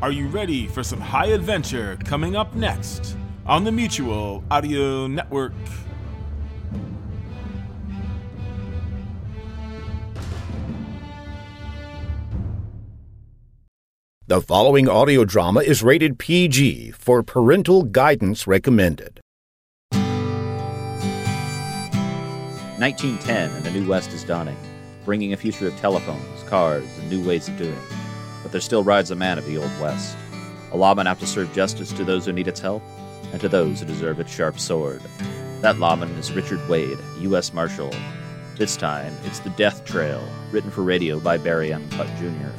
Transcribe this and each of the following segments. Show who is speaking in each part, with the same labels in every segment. Speaker 1: Are you ready for some high adventure coming up next on the Mutual Audio Network?
Speaker 2: The following audio drama is rated PG for parental guidance recommended.
Speaker 3: 1910 and the new West is dawning, bringing a future of telephones, cars, and new ways of doing. But there still rides a man of the old West, a lawman out to serve justice to those who need its help and to those who deserve its sharp sword. That lawman is Richard Wade, U.S. Marshal. This time, it's The Death Trail, written for radio by Barry M. Putt Jr.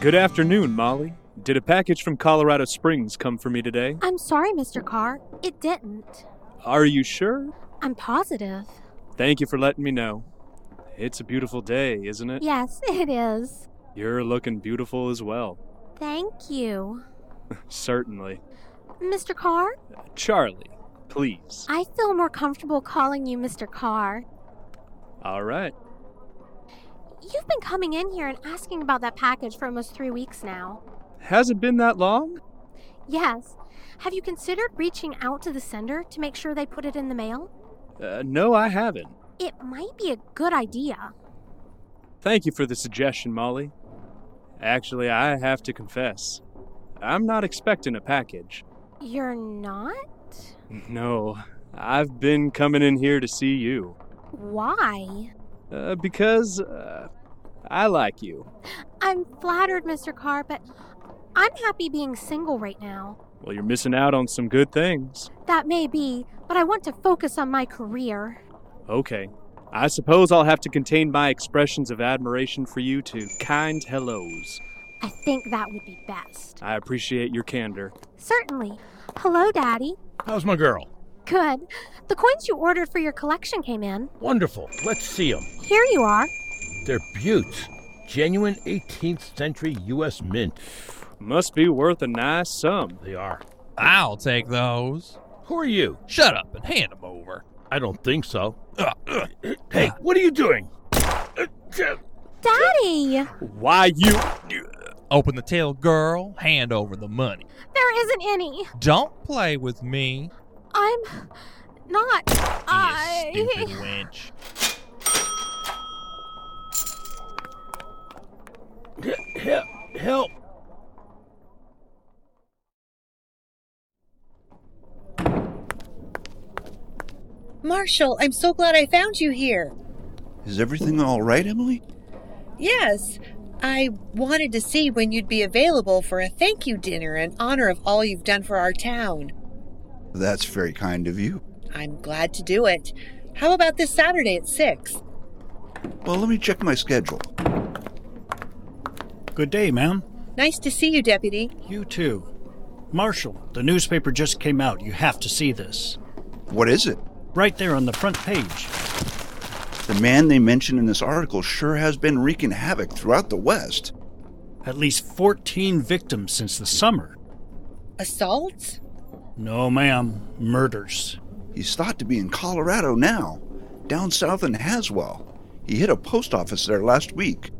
Speaker 4: Good afternoon, Molly. Did a package from Colorado Springs come for me today?
Speaker 5: I'm sorry, Mr. Carr. It didn't.
Speaker 4: Are you sure?
Speaker 5: I'm positive.
Speaker 4: Thank you for letting me know. It's a beautiful day, isn't it?
Speaker 5: Yes, it is.
Speaker 4: You're looking beautiful as well.
Speaker 5: Thank you.
Speaker 4: Certainly.
Speaker 5: Mr. Carr,
Speaker 4: Charlie, please.
Speaker 5: I feel more comfortable calling you Mr. Carr.
Speaker 4: All right.
Speaker 5: You've been coming in here and asking about that package for almost three weeks now.
Speaker 4: Has it been that long?
Speaker 5: Yes. Have you considered reaching out to the sender to make sure they put it in the mail?
Speaker 4: Uh, no, I haven't.
Speaker 5: It might be a good idea.
Speaker 4: Thank you for the suggestion, Molly. Actually, I have to confess, I'm not expecting a package.
Speaker 5: You're not?
Speaker 4: No, I've been coming in here to see you.
Speaker 5: Why?
Speaker 4: Uh, because uh, I like you.
Speaker 5: I'm flattered, Mr. Carr, but I'm happy being single right now.
Speaker 4: Well, you're missing out on some good things.
Speaker 5: That may be, but I want to focus on my career.
Speaker 4: Okay. I suppose I'll have to contain my expressions of admiration for you to kind hellos.
Speaker 5: I think that would be best.
Speaker 4: I appreciate your candor.
Speaker 5: Certainly. Hello, Daddy.
Speaker 6: How's my girl?
Speaker 5: Good. The coins you ordered for your collection came in.
Speaker 6: Wonderful. Let's see them.
Speaker 5: Here you are.
Speaker 6: They're buttes. Genuine 18th century U.S. mint.
Speaker 4: Must be worth a nice sum.
Speaker 6: They are.
Speaker 7: I'll take those.
Speaker 6: Who are you?
Speaker 7: Shut up and hand them over.
Speaker 6: I don't think so. Ugh, ugh. Hey, what are you doing? Uh, uh,
Speaker 5: Daddy!
Speaker 4: Why you.
Speaker 7: Open the till, girl. Hand over the money.
Speaker 5: There isn't any.
Speaker 7: Don't play with me,
Speaker 5: I'm not.
Speaker 7: you stupid
Speaker 5: I.
Speaker 7: wench.
Speaker 6: he- he- Help.
Speaker 8: Marshall, I'm so glad I found you here.
Speaker 9: Is everything all right, Emily?
Speaker 8: Yes, I wanted to see when you'd be available for a thank you dinner in honor of all you've done for our town.
Speaker 9: That's very kind of you.
Speaker 8: I'm glad to do it. How about this Saturday at 6?
Speaker 9: Well, let me check my schedule.
Speaker 10: Good day, ma'am.
Speaker 8: Nice to see you, Deputy.
Speaker 10: You too. Marshall, the newspaper just came out. You have to see this.
Speaker 9: What is it?
Speaker 10: Right there on the front page.
Speaker 9: The man they mention in this article sure has been wreaking havoc throughout the West.
Speaker 10: At least 14 victims since the summer.
Speaker 8: Assaults?
Speaker 10: No, ma'am. Murders.
Speaker 9: He's thought to be in Colorado now, down south in Haswell. He hit a post office there last week.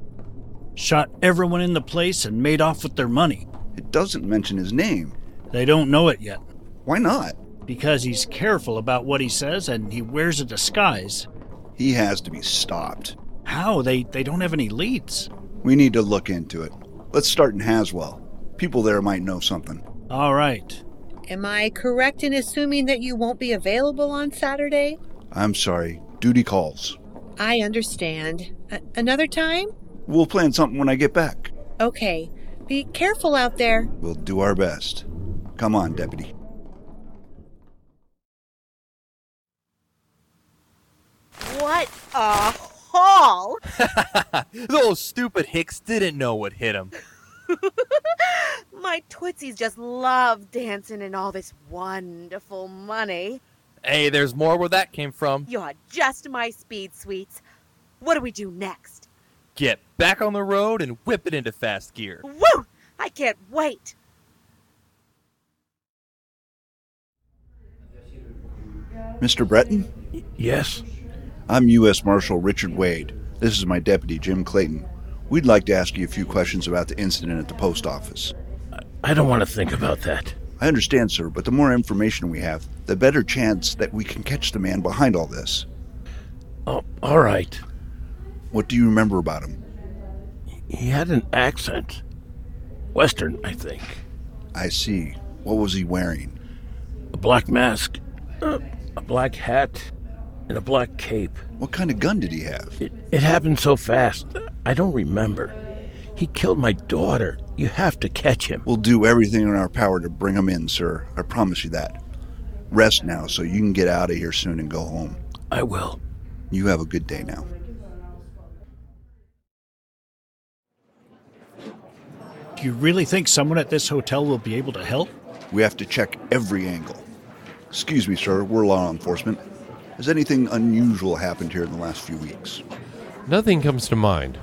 Speaker 10: Shot everyone in the place and made off with their money.
Speaker 9: It doesn't mention his name.
Speaker 10: They don't know it yet.
Speaker 9: Why not?
Speaker 10: Because he's careful about what he says and he wears a disguise.
Speaker 9: He has to be stopped.
Speaker 10: How? They, they don't have any leads.
Speaker 9: We need to look into it. Let's start in Haswell. People there might know something.
Speaker 10: All right.
Speaker 8: Am I correct in assuming that you won't be available on Saturday?
Speaker 9: I'm sorry. Duty calls.
Speaker 8: I understand. A- another time?
Speaker 9: We'll plan something when I get back.
Speaker 8: Okay. Be careful out there.
Speaker 9: We'll do our best. Come on, Deputy.
Speaker 11: What a haul!
Speaker 7: Those stupid hicks didn't know what hit them.
Speaker 11: My Tootsies just love dancing and all this wonderful money.
Speaker 7: Hey, there's more where that came from.
Speaker 11: You're just my speed, sweets. What do we do next?
Speaker 7: Get back on the road and whip it into fast gear.
Speaker 11: Woo! I can't wait!
Speaker 9: Mr. Breton?
Speaker 6: Yes.
Speaker 9: I'm U.S. Marshal Richard Wade. This is my deputy, Jim Clayton. We'd like to ask you a few questions about the incident at the post office.
Speaker 6: I don't want to think about that.
Speaker 9: I understand, sir, but the more information we have, the better chance that we can catch the man behind all this.
Speaker 6: Oh, all right.
Speaker 9: What do you remember about him?
Speaker 6: He had an accent. Western, I think.
Speaker 9: I see. What was he wearing?
Speaker 6: A black mask, uh, a black hat, and a black cape.
Speaker 9: What kind of gun did he have?
Speaker 6: It, it happened so fast. I don't remember. He killed my daughter. You have to catch him.
Speaker 9: We'll do everything in our power to bring him in, sir. I promise you that. Rest now so you can get out of here soon and go home.
Speaker 6: I will.
Speaker 9: You have a good day now.
Speaker 10: Do you really think someone at this hotel will be able to help?
Speaker 9: We have to check every angle. Excuse me, sir. We're law enforcement. Has anything unusual happened here in the last few weeks?
Speaker 12: Nothing comes to mind.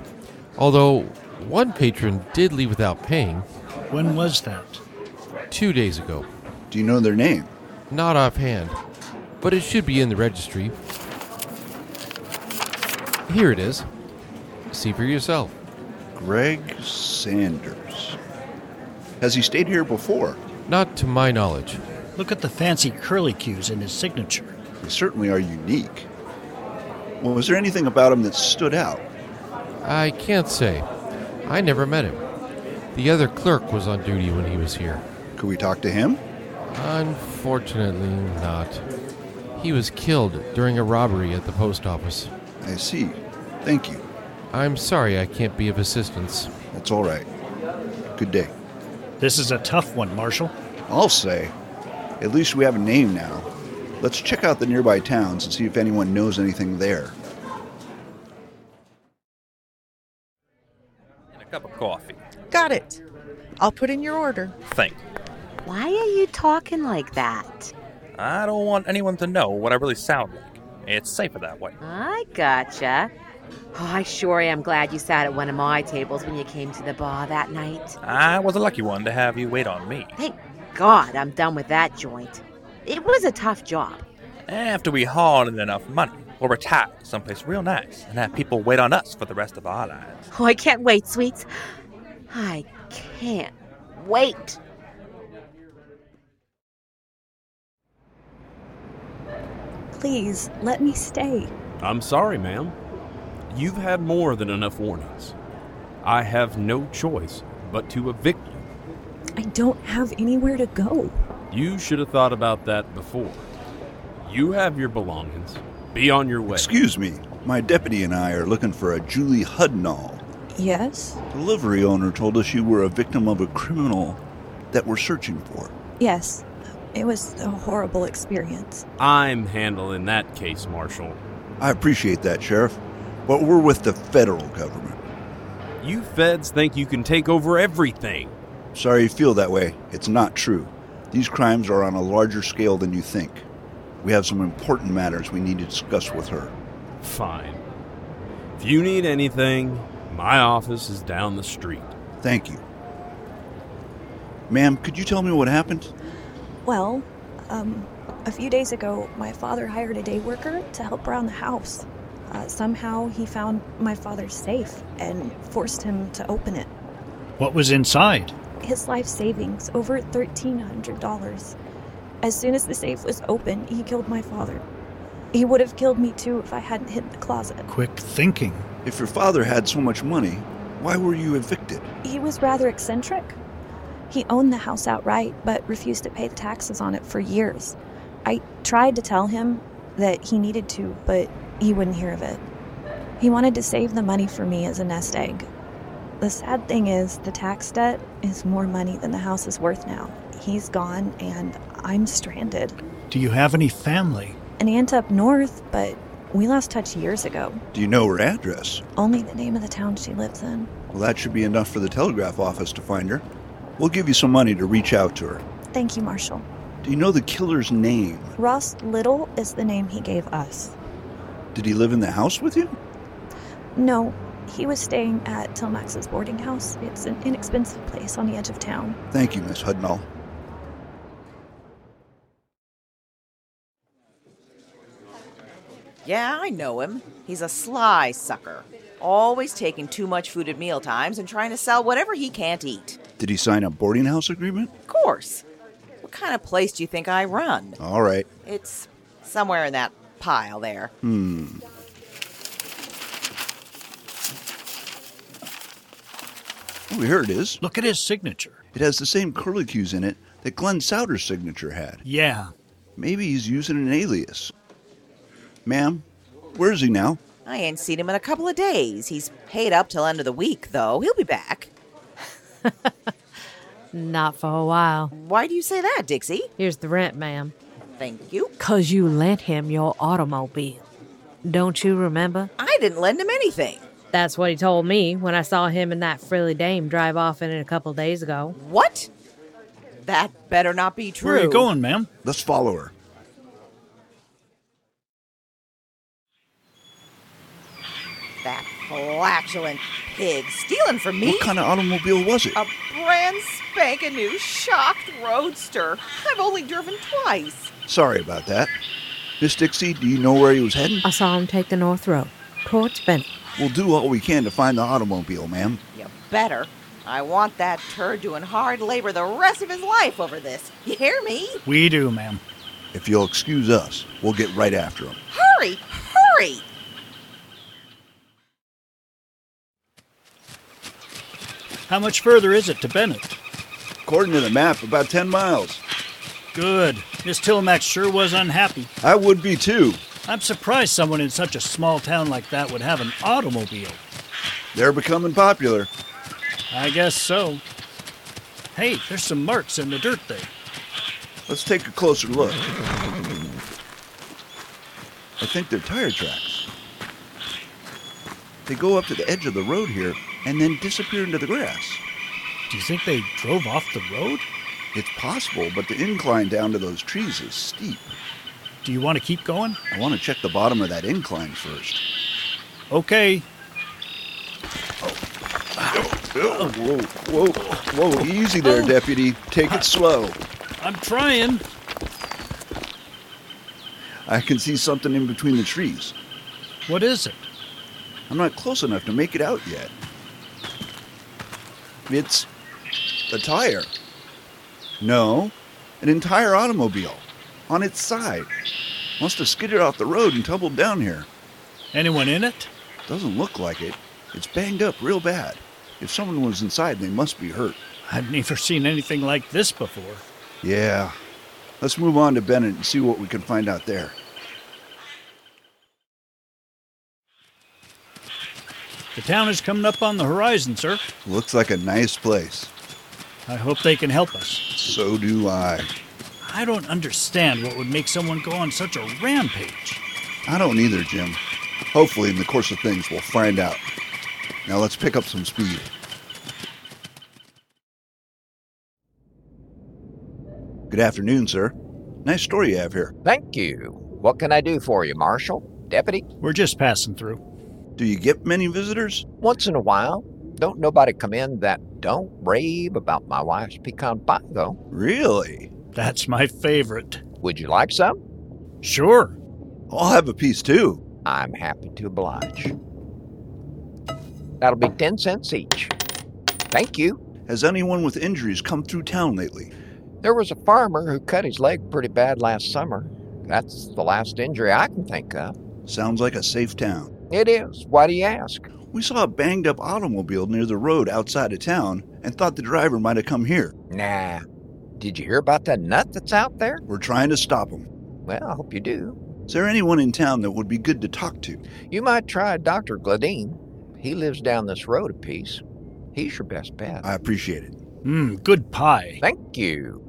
Speaker 12: Although one patron did leave without paying.
Speaker 10: When was that?
Speaker 12: Two days ago.
Speaker 9: Do you know their name?
Speaker 12: Not offhand, but it should be in the registry. Here it is. See for yourself.
Speaker 9: Greg Sanders. Has he stayed here before?
Speaker 12: Not to my knowledge.
Speaker 10: Look at the fancy curlicues in his signature.
Speaker 9: They certainly are unique. Well, was there anything about him that stood out?
Speaker 12: I can't say. I never met him. The other clerk was on duty when he was here.
Speaker 9: Could we talk to him?
Speaker 12: Unfortunately, not. He was killed during a robbery at the post office.
Speaker 9: I see. Thank you.
Speaker 12: I'm sorry I can't be of assistance.
Speaker 9: That's all right. Good day.
Speaker 10: This is a tough one, Marshal.
Speaker 9: I'll say. At least we have a name now. Let's check out the nearby towns and see if anyone knows anything there.
Speaker 7: And a cup of coffee.
Speaker 8: Got it. I'll put in your order.
Speaker 7: Think.
Speaker 13: Why are you talking like that?
Speaker 7: I don't want anyone to know what I really sound like. It's safer that way.
Speaker 13: I gotcha. Oh, I sure am glad you sat at one of my tables when you came to the bar that night.
Speaker 7: I was a lucky one to have you wait on me.
Speaker 13: Thank God I'm done with that joint. It was a tough job.
Speaker 7: After we haul in enough money, we'll retire someplace real nice and have people wait on us for the rest of our lives.
Speaker 13: Oh, I can't wait, sweets. I can't wait.
Speaker 14: Please, let me stay.
Speaker 15: I'm sorry, ma'am. You've had more than enough warnings. I have no choice but to evict you.
Speaker 14: I don't have anywhere to go.
Speaker 15: You should have thought about that before. You have your belongings. Be on your way.
Speaker 9: Excuse me. My deputy and I are looking for a Julie Hudnall.
Speaker 14: Yes?
Speaker 9: The livery owner told us you were a victim of a criminal that we're searching for.
Speaker 14: Yes. It was a horrible experience.
Speaker 15: I'm handling that case, Marshal.
Speaker 9: I appreciate that, Sheriff. But we're with the federal government.
Speaker 15: You feds think you can take over everything.
Speaker 9: Sorry you feel that way. It's not true. These crimes are on a larger scale than you think. We have some important matters we need to discuss with her.
Speaker 15: Fine. If you need anything, my office is down the street.
Speaker 9: Thank you. Ma'am, could you tell me what happened?
Speaker 14: Well, um, a few days ago, my father hired a day worker to help around the house. Uh, somehow he found my father's safe and forced him to open it.
Speaker 10: What was inside?
Speaker 14: his life savings, over $1,300. As soon as the safe was open, he killed my father. He would have killed me too if I hadn't hid in the closet.
Speaker 10: Quick thinking.
Speaker 9: If your father had so much money, why were you evicted?
Speaker 14: He was rather eccentric. He owned the house outright, but refused to pay the taxes on it for years. I tried to tell him that he needed to, but he wouldn't hear of it. He wanted to save the money for me as a nest egg, the sad thing is, the tax debt is more money than the house is worth now. He's gone, and I'm stranded.
Speaker 10: Do you have any family?
Speaker 14: An aunt up north, but we lost touch years ago.
Speaker 9: Do you know her address?
Speaker 14: Only the name of the town she lives in.
Speaker 9: Well, that should be enough for the telegraph office to find her. We'll give you some money to reach out to her.
Speaker 14: Thank you, Marshal.
Speaker 9: Do you know the killer's name?
Speaker 14: Ross Little is the name he gave us.
Speaker 9: Did he live in the house with you?
Speaker 14: No, he was staying at Telmax's boarding house. It's an inexpensive place on the edge of town.
Speaker 9: Thank you, Miss Hudnall.
Speaker 16: Yeah, I know him. He's a sly sucker. always taking too much food at meal times and trying to sell whatever he can't eat.
Speaker 9: Did he sign a boarding house agreement?
Speaker 16: Of course. What kind of place do you think I run?
Speaker 9: All right.
Speaker 16: It's somewhere in that pile there.
Speaker 9: Hmm. Oh, here it is.
Speaker 10: Look at his signature.
Speaker 9: It has the same curlicues in it that Glenn Souter's signature had.
Speaker 10: Yeah.
Speaker 9: Maybe he's using an alias. Ma'am, where is he now?
Speaker 16: I ain't seen him in a couple of days. He's paid up till end of the week, though. He'll be back.
Speaker 17: Not for a while.
Speaker 16: Why do you say that, Dixie?
Speaker 17: Here's the rent, ma'am.
Speaker 16: Thank you.
Speaker 17: Cause you lent him your automobile. Don't you remember?
Speaker 16: I didn't lend him anything.
Speaker 17: That's what he told me when I saw him and that frilly dame drive off in it a couple days ago.
Speaker 16: What? That better not be true.
Speaker 10: Where are you going, ma'am?
Speaker 9: Let's follow her.
Speaker 16: That flatulent pig stealing from me.
Speaker 9: What kind of automobile was it?
Speaker 16: A brand spanking new shocked roadster. I've only driven twice.
Speaker 9: Sorry about that. Miss Dixie, do you know where he was heading?
Speaker 17: I saw him take the north road towards Bennett.
Speaker 9: We'll do what we can to find the automobile, ma'am.
Speaker 16: You better. I want that turd doing hard labor the rest of his life over this. You hear me?
Speaker 10: We do, ma'am.
Speaker 9: If you'll excuse us, we'll get right after him.
Speaker 16: Hurry! Hurry!
Speaker 10: How much further is it to Bennett?
Speaker 9: According to the map, about 10 miles.
Speaker 10: Good. Miss Tillamook sure was unhappy.
Speaker 9: I would be too.
Speaker 10: I'm surprised someone in such a small town like that would have an automobile.
Speaker 9: They're becoming popular.
Speaker 10: I guess so. Hey, there's some marks in the dirt there.
Speaker 9: Let's take a closer look. I think they're tire tracks. They go up to the edge of the road here and then disappear into the grass.
Speaker 10: Do you think they drove off the road?
Speaker 9: It's possible, but the incline down to those trees is steep.
Speaker 10: Do you want to keep going?
Speaker 9: I want to check the bottom of that incline first.
Speaker 10: Okay.
Speaker 9: Oh, whoa, whoa, whoa. Easy
Speaker 10: Oh.
Speaker 9: there, deputy. Take it slow.
Speaker 10: I'm trying.
Speaker 9: I can see something in between the trees.
Speaker 10: What is it?
Speaker 9: I'm not close enough to make it out yet. It's a tire. No, an entire automobile on its side. Must have skidded off the road and tumbled down here.
Speaker 10: Anyone in it?
Speaker 9: Doesn't look like it. It's banged up real bad. If someone was inside, they must be hurt.
Speaker 10: I've never seen anything like this before.
Speaker 9: Yeah. Let's move on to Bennett and see what we can find out there.
Speaker 10: The town is coming up on the horizon, sir.
Speaker 9: Looks like a nice place.
Speaker 10: I hope they can help us.
Speaker 9: So do I.
Speaker 10: I don't understand what would make someone go on such a rampage.
Speaker 9: I don't either, Jim. Hopefully, in the course of things, we'll find out. Now let's pick up some speed. Good afternoon, sir. Nice story you have here.
Speaker 18: Thank you. What can I do for you, Marshal? Deputy?
Speaker 10: We're just passing through.
Speaker 9: Do you get many visitors?
Speaker 18: Once in a while. Don't nobody come in that don't rave about my wife's pecan pie, though.
Speaker 9: Really?
Speaker 10: That's my favorite.
Speaker 18: Would you like some?
Speaker 10: Sure.
Speaker 9: I'll have a piece too.
Speaker 18: I'm happy to oblige. That'll be 10 cents each. Thank you.
Speaker 9: Has anyone with injuries come through town lately?
Speaker 18: There was a farmer who cut his leg pretty bad last summer. That's the last injury I can think of.
Speaker 9: Sounds like a safe town.
Speaker 18: It is. Why do you ask?
Speaker 9: We saw a banged up automobile near the road outside of town and thought the driver might have come here.
Speaker 18: Nah. Did you hear about that nut that's out there?
Speaker 9: We're trying to stop him.
Speaker 18: Well, I hope you do.
Speaker 9: Is there anyone in town that would be good to talk to?
Speaker 18: You might try Dr. Gladine. He lives down this road a piece. He's your best bet.
Speaker 9: I appreciate it.
Speaker 10: Mmm, good pie.
Speaker 18: Thank you.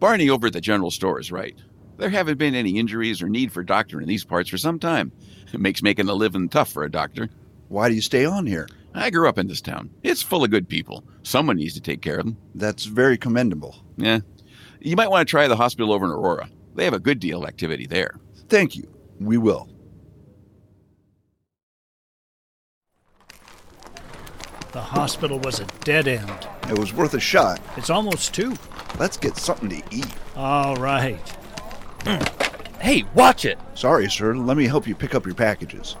Speaker 19: Barney over at the general store is right. There haven't been any injuries or need for a doctor in these parts for some time. It makes making a living tough for a doctor.
Speaker 9: Why do you stay on here?
Speaker 19: I grew up in this town. It's full of good people. Someone needs to take care of them.
Speaker 9: That's very commendable.
Speaker 19: Yeah. You might want to try the hospital over in Aurora. They have a good deal of activity there.
Speaker 9: Thank you. We will.
Speaker 10: The hospital was a dead end.
Speaker 9: It was worth a shot.
Speaker 10: It's almost two.
Speaker 9: Let's get something to eat.
Speaker 10: All right.
Speaker 7: Hey, watch it!
Speaker 9: Sorry, sir. Let me help you pick up your packages.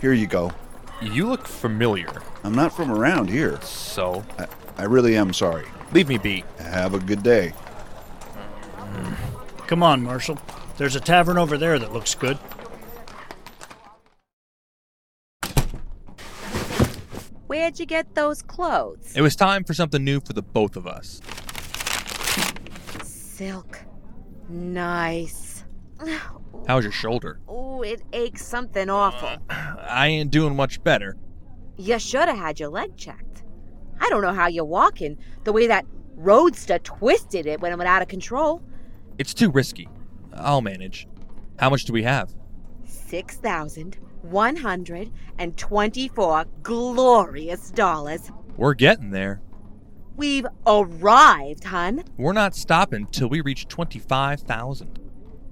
Speaker 9: Here you go.
Speaker 7: You look familiar.
Speaker 9: I'm not from around here.
Speaker 7: So?
Speaker 9: I, I really am sorry.
Speaker 7: Leave me be.
Speaker 9: Have a good day.
Speaker 10: Come on, Marshal. There's a tavern over there that looks good.
Speaker 13: Where'd you get those clothes?
Speaker 7: It was time for something new for the both of us.
Speaker 11: Silk. Nice.
Speaker 7: How's your shoulder?
Speaker 13: Oh, it aches something awful.
Speaker 7: I ain't doing much better.
Speaker 13: You should have had your leg checked. I don't know how you're walking, the way that roadster twisted it when it went out of control.
Speaker 7: It's too risky. I'll manage. How much do we have?
Speaker 13: 6,124 glorious dollars.
Speaker 7: We're getting there.
Speaker 13: We've arrived, hun.
Speaker 7: We're not stopping till we reach 25,000.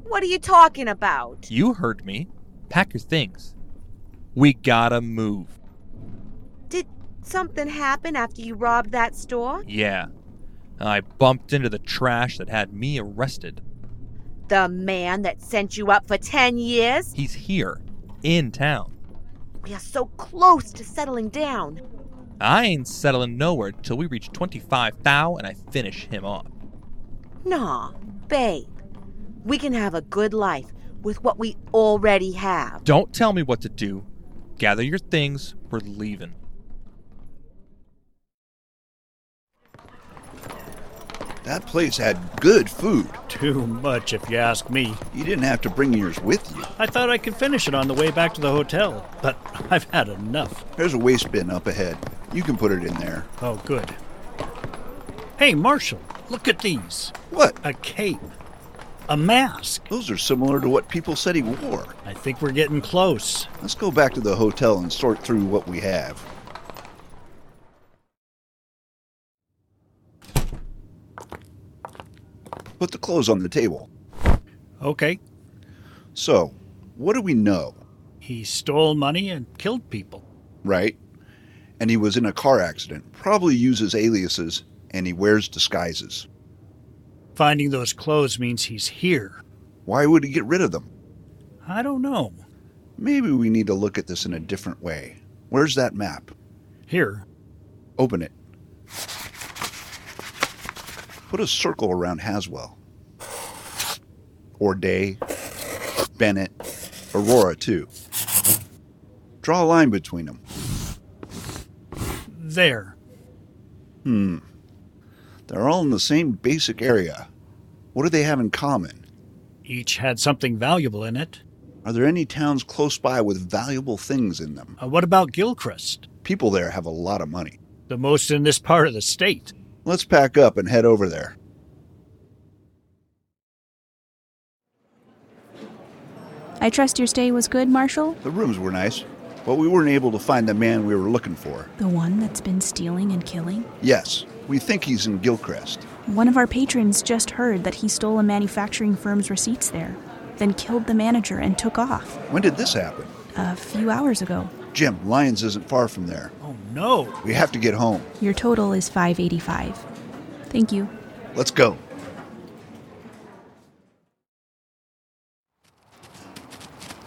Speaker 13: What are you talking about?
Speaker 7: You heard me. Pack your things. We gotta move.
Speaker 13: Did something happen after you robbed that store?
Speaker 7: Yeah. I bumped into the trash that had me arrested.
Speaker 13: The man that sent you up for 10 years?
Speaker 7: He's here, in town.
Speaker 13: We are so close to settling down.
Speaker 7: I ain't settling nowhere till we reach 25 thou and I finish him off.
Speaker 13: Nah, babe. We can have a good life with what we already have.
Speaker 7: Don't tell me what to do. Gather your things. We're leaving.
Speaker 9: That place had good food.
Speaker 10: Too much, if you ask me.
Speaker 9: You didn't have to bring yours with you.
Speaker 10: I thought I could finish it on the way back to the hotel, but I've had enough.
Speaker 9: There's a waste bin up ahead. You can put it in there.
Speaker 10: Oh, good. Hey, Marshall, look at these.
Speaker 9: What?
Speaker 10: A cape. A mask.
Speaker 9: Those are similar to what people said he wore.
Speaker 10: I think we're getting close.
Speaker 9: Let's go back to the hotel and sort through what we have. Put the clothes on the table.
Speaker 10: Okay.
Speaker 9: So, what do we know?
Speaker 10: He stole money and killed people.
Speaker 9: Right? And he was in a car accident, probably uses aliases, and he wears disguises.
Speaker 10: Finding those clothes means he's here.
Speaker 9: Why would he get rid of them?
Speaker 10: I don't know.
Speaker 9: Maybe we need to look at this in a different way. Where's that map?
Speaker 10: Here.
Speaker 9: Open it. Put a circle around Haswell. Orday, Bennett, Aurora, too. Draw a line between them.
Speaker 10: There.
Speaker 9: Hmm. They're all in the same basic area. What do they have in common?
Speaker 10: Each had something valuable in it.
Speaker 9: Are there any towns close by with valuable things in them?
Speaker 10: Uh, what about Gilchrist?
Speaker 9: People there have a lot of money.
Speaker 10: The most in this part of the state.
Speaker 9: Let's pack up and head over there.
Speaker 14: I trust your stay was good, Marshal?
Speaker 9: The rooms were nice, but we weren't able to find the man we were looking for.
Speaker 14: The one that's been stealing and killing?
Speaker 9: Yes, we think he's in Gilcrest.
Speaker 14: One of our patrons just heard that he stole a manufacturing firm's receipts there, then killed the manager and took off.
Speaker 9: When did this happen?
Speaker 14: A few hours ago.
Speaker 9: Jim, Lyons isn't far from there.
Speaker 10: Oh no!
Speaker 9: We have to get home.
Speaker 14: Your total is 585. Thank you.
Speaker 9: Let's go.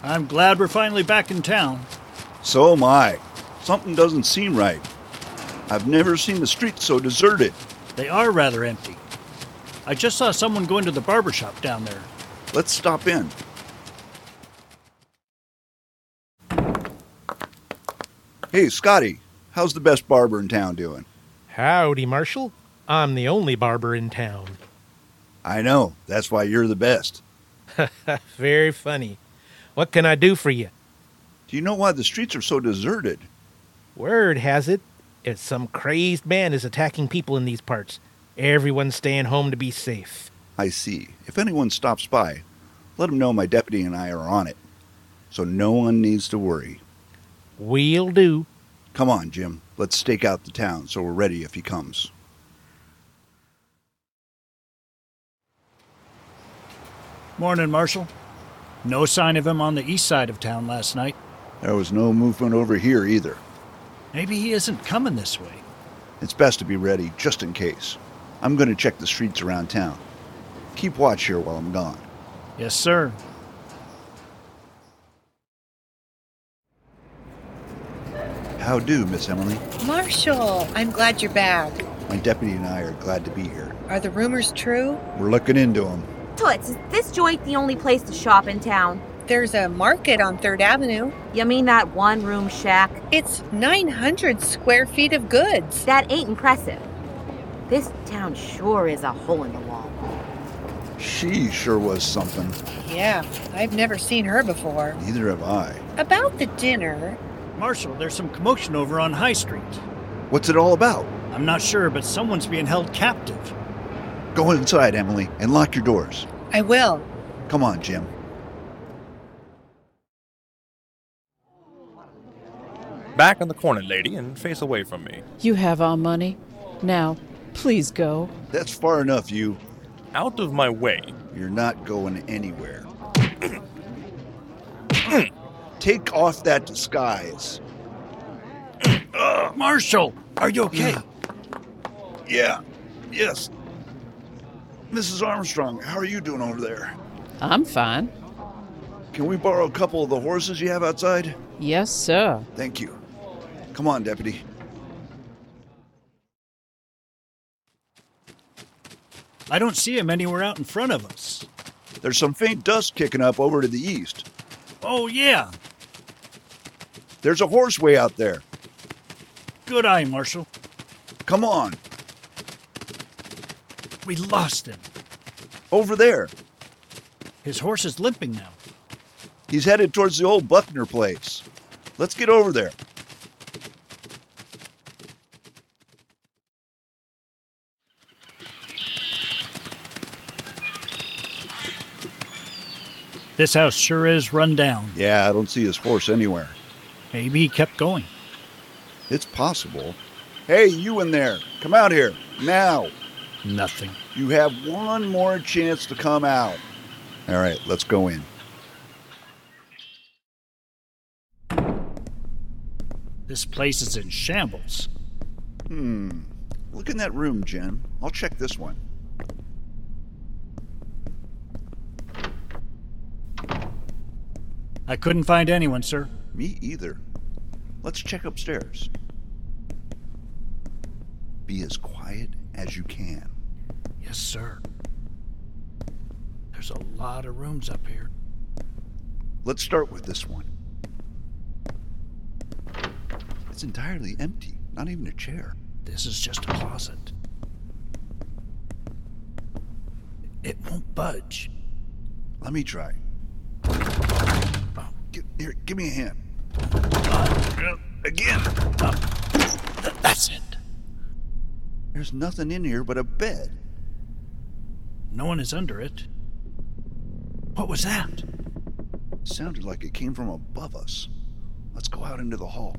Speaker 10: I'm glad we're finally back in town.
Speaker 9: So am I. Something doesn't seem right. I've never seen the streets so deserted.
Speaker 10: They are rather empty. I just saw someone go into the barber shop down there.
Speaker 9: Let's stop in. Hey, Scotty, how's the best barber in town doing?
Speaker 20: Howdy, Marshal. I'm the only barber in town.
Speaker 9: I know. That's why you're the best.
Speaker 20: Very funny. What can I do for you?
Speaker 9: Do you know why the streets are so deserted?
Speaker 20: Word has it, it's some crazed man is attacking people in these parts. Everyone's staying home to be safe.
Speaker 9: I see. If anyone stops by, let him know my deputy and I are on it. So no one needs to worry.
Speaker 20: We'll do.
Speaker 9: Come on, Jim. Let's stake out the town so we're ready if he comes.
Speaker 10: Morning, Marshal. No sign of him on the east side of town last night.
Speaker 9: There was no movement over here either.
Speaker 10: Maybe he isn't coming this way.
Speaker 9: It's best to be ready just in case. I'm going to check the streets around town. Keep watch here while I'm gone.
Speaker 10: Yes, sir.
Speaker 9: How do, Miss Emily?
Speaker 8: Marshall, I'm glad you're back.
Speaker 9: My deputy and I are glad to be here.
Speaker 8: Are the rumors true?
Speaker 9: We're looking into them.
Speaker 13: Toots, is this joint the only place to shop in town?
Speaker 8: There's a market on 3rd Avenue.
Speaker 13: You mean that one room shack?
Speaker 8: It's 900 square feet of goods.
Speaker 13: That ain't impressive. This town sure is a hole in the wall.
Speaker 9: She sure was something.
Speaker 8: Yeah, I've never seen her before.
Speaker 9: Neither have I.
Speaker 8: About the dinner,
Speaker 10: Marshal, there's some commotion over on High Street.
Speaker 9: What's it all about?
Speaker 10: I'm not sure, but someone's being held captive.
Speaker 9: Go inside, Emily, and lock your doors.
Speaker 8: I will.
Speaker 9: Come on, Jim.
Speaker 7: Back in the corner, lady, and face away from me.
Speaker 21: You have our money. Now, please go.
Speaker 9: That's far enough, you.
Speaker 7: Out of my way.
Speaker 9: You're not going anywhere. Take off that disguise.
Speaker 10: Marshal,
Speaker 9: are you okay? Yeah. Yes. Mrs. Armstrong, how are you doing over there?
Speaker 21: I'm fine.
Speaker 9: Can we borrow a couple of the horses you have outside?
Speaker 21: Yes, sir.
Speaker 9: Thank you. Come on, deputy.
Speaker 10: I don't see him anywhere out in front of us.
Speaker 9: There's some faint dust kicking up over to the east.
Speaker 10: Oh, yeah.
Speaker 9: There's a horse way out there.
Speaker 10: Good eye, Marshal.
Speaker 9: Come on,
Speaker 10: We lost him.
Speaker 9: over there.
Speaker 10: His horse is limping now.
Speaker 9: He's headed towards the old Buckner place. Let's get over there.
Speaker 10: This house sure is run down.
Speaker 9: Yeah, I don't see his horse anywhere.
Speaker 10: Maybe he kept going.
Speaker 9: It's possible. Hey, you in there, come out here, now.
Speaker 10: Nothing.
Speaker 9: You have one more chance to come out. All right, let's go in.
Speaker 10: This place is in shambles.
Speaker 9: Hmm. Look in that room, Jen. I'll check this one.
Speaker 10: I couldn't find anyone, sir.
Speaker 9: Me either. Let's check upstairs. Be as quiet as you can.
Speaker 10: Yes, sir. There's a lot of rooms up here.
Speaker 9: Let's start with this one. It's entirely empty, not even a chair.
Speaker 10: This is just a closet. It won't budge.
Speaker 9: Let me try. Gi- here, give me a hand. Again.
Speaker 10: That's it.
Speaker 9: There's nothing in here but a bed.
Speaker 10: No one is under it. What was that?
Speaker 9: Sounded like it came from above us. Let's go out into the hall.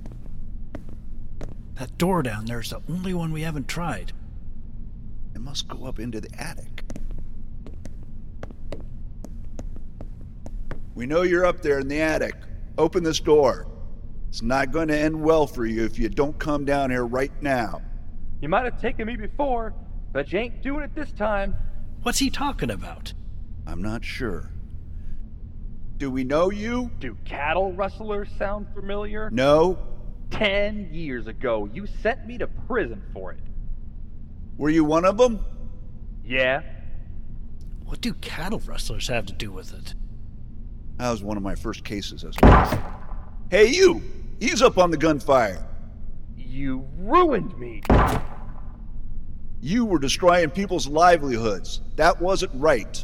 Speaker 10: That door down there is the only one we haven't tried.
Speaker 9: It must go up into the attic. We know you're up there in the attic. Open this door. It's not going to end well for you if you don't come down here right now.
Speaker 22: You might have taken me before, but you ain't doing it this time.
Speaker 10: What's he talking about?
Speaker 9: I'm not sure. Do we know you?
Speaker 22: Do cattle rustlers sound familiar?
Speaker 9: No.
Speaker 22: Ten years ago, you sent me to prison for it.
Speaker 9: Were you one of them?
Speaker 22: Yeah,
Speaker 10: What do cattle rustlers have to do with it?
Speaker 9: That was one of my first cases. As hey, you! Ease up on the gunfire.
Speaker 22: you ruined me.
Speaker 9: You were destroying people's livelihoods. That wasn't right.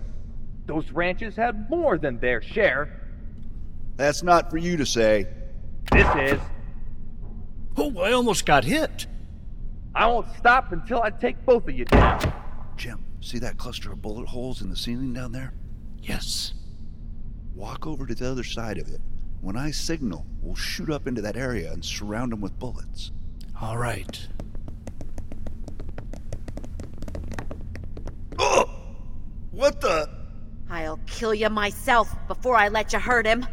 Speaker 22: Those ranches had more than their share.
Speaker 9: That's not for you to say.
Speaker 22: This is.
Speaker 10: Oh, I almost got hit.
Speaker 22: I won't stop until I take both of you down.
Speaker 9: Jim, see that cluster of bullet holes in the ceiling down there?
Speaker 10: Yes.
Speaker 9: Walk over to the other side of it. When I signal, we'll shoot up into that area and surround them with bullets.
Speaker 10: All right.
Speaker 9: What the?
Speaker 11: I'll kill you myself before I let you hurt him.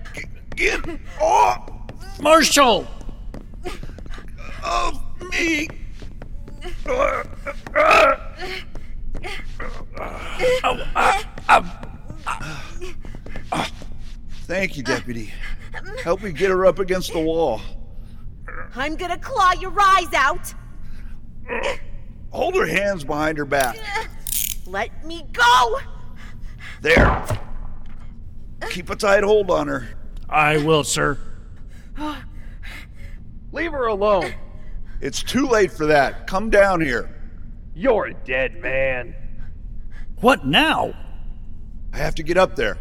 Speaker 9: Get off
Speaker 10: Marshal!
Speaker 9: of me! Thank you, Deputy. Help me get her up against the wall.
Speaker 11: I'm gonna claw your eyes out!
Speaker 9: Hold her hands behind her back.
Speaker 11: Let me go!
Speaker 9: There. Keep a tight hold on her.
Speaker 10: I will, sir.
Speaker 22: Leave her alone.
Speaker 9: It's too late for that. Come down here.
Speaker 22: You're a dead man.
Speaker 10: What now?
Speaker 9: I have to get up there.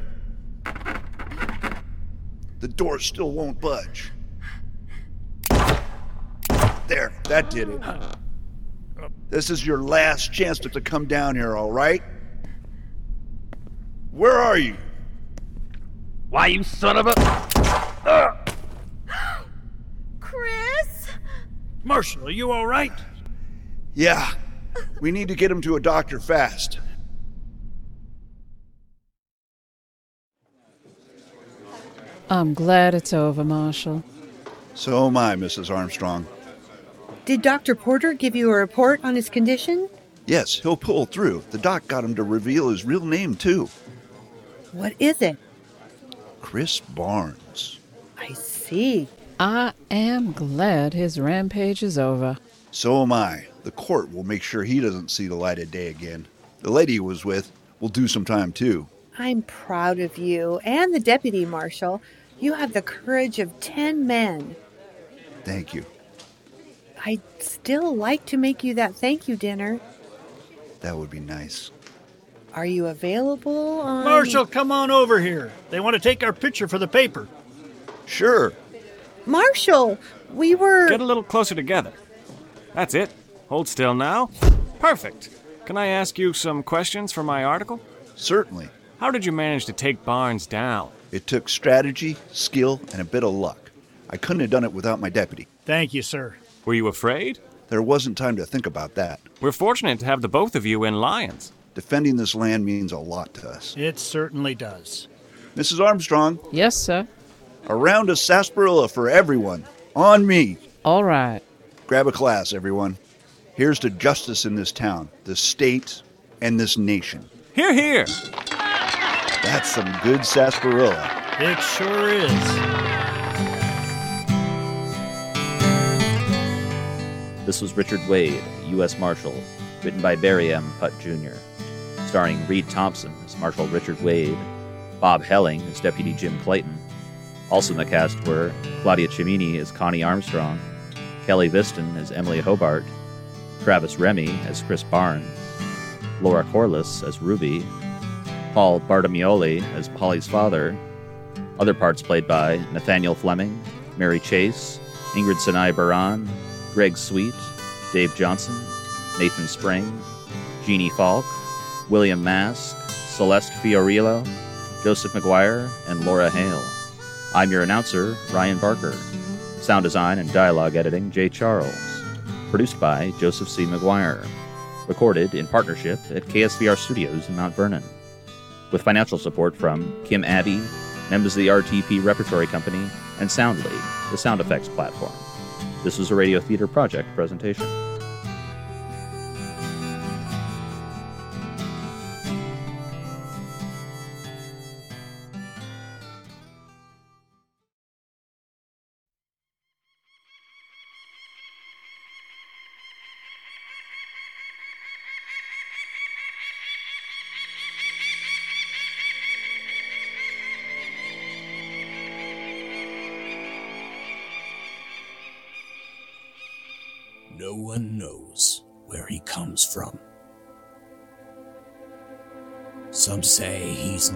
Speaker 9: The door still won't budge. There, that did it. This is your last chance to, to come down here, all right? Where are you?
Speaker 22: Why, you son of a.
Speaker 11: Chris?
Speaker 10: Marshal, are you all right?
Speaker 9: Yeah. We need to get him to a doctor fast.
Speaker 21: I'm glad it's over, Marshal.
Speaker 9: So am I, Mrs. Armstrong.
Speaker 8: Did Dr. Porter give you a report on his condition?
Speaker 9: Yes, he'll pull through. The doc got him to reveal his real name, too
Speaker 8: What is it?
Speaker 9: Chris Barnes.
Speaker 8: I see.
Speaker 21: I am glad his rampage is over.
Speaker 9: So am I. The court will make sure he doesn't see the light of day again. The lady he was with will do some time, too.
Speaker 8: I'm proud of you and the deputy marshal. You have the courage of 10 men.
Speaker 9: Thank you.
Speaker 8: I'd still like to make you that thank you dinner.
Speaker 9: That would be nice.
Speaker 8: Are you available on.
Speaker 10: Marshal, come on over here. They want to take our picture for the paper.
Speaker 9: Sure.
Speaker 8: Marshal, we were.
Speaker 1: Get a little closer together. That's it. Hold still now. Perfect. Can I ask you some questions for my article?
Speaker 9: Certainly.
Speaker 1: How did you manage to take Barnes down?
Speaker 9: It took strategy, skill, and a bit of luck. I couldn't have done it without my deputy.
Speaker 10: Thank you, sir.
Speaker 1: Were you afraid?
Speaker 9: There wasn't time to think about that.
Speaker 1: We're fortunate to have the both of you in Lions.
Speaker 9: Defending this land means a lot to us.
Speaker 10: It certainly does.
Speaker 9: Mrs. Armstrong,
Speaker 21: Yes, sir.
Speaker 9: a round of sarsaparilla for everyone. On me.
Speaker 21: All right.
Speaker 9: Grab a class, everyone. Here's to justice in this town, this state, and this nation.
Speaker 1: Here, here!
Speaker 9: That's some good sarsaparilla.
Speaker 10: It sure is.
Speaker 3: This was Richard Wade, U.S. Marshal, written by Barry M. Putt Jr., starring Reed Thompson as Marshal Richard Wade, Bob Helling as Deputy Jim Clayton. Also in the cast were Claudia Cimini as Connie Armstrong, Kelly Viston as Emily Hobart, Travis Remy as Chris Barnes, Laura Corliss as Ruby, Paul Bartamioli as Polly's father, other parts played by Nathaniel Fleming, Mary Chase, Ingrid Sinai Baran, Greg Sweet, Dave Johnson, Nathan Spring, Jeannie Falk, William Mask, Celeste Fiorillo, Joseph McGuire, and Laura Hale. I'm your announcer, Ryan Barker. Sound design and dialogue editing, Jay Charles. Produced by Joseph C. McGuire. Recorded in partnership at KSVR Studios in Mount Vernon. With financial support from Kim Abbey, members of the RTP Repertory Company, and Soundly, the sound effects platform. This was a Radio Theater Project presentation.
Speaker 2: No one knows where he comes from. Some say he's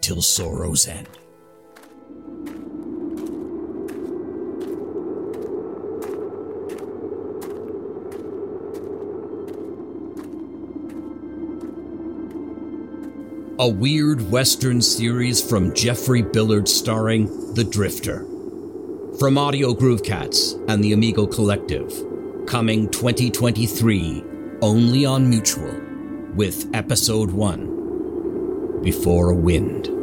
Speaker 2: Till sorrow's end. A weird Western series from Jeffrey Billard starring The Drifter. From Audio Groovecats and the Amigo Collective. Coming 2023, only on Mutual, with Episode 1 Before a Wind.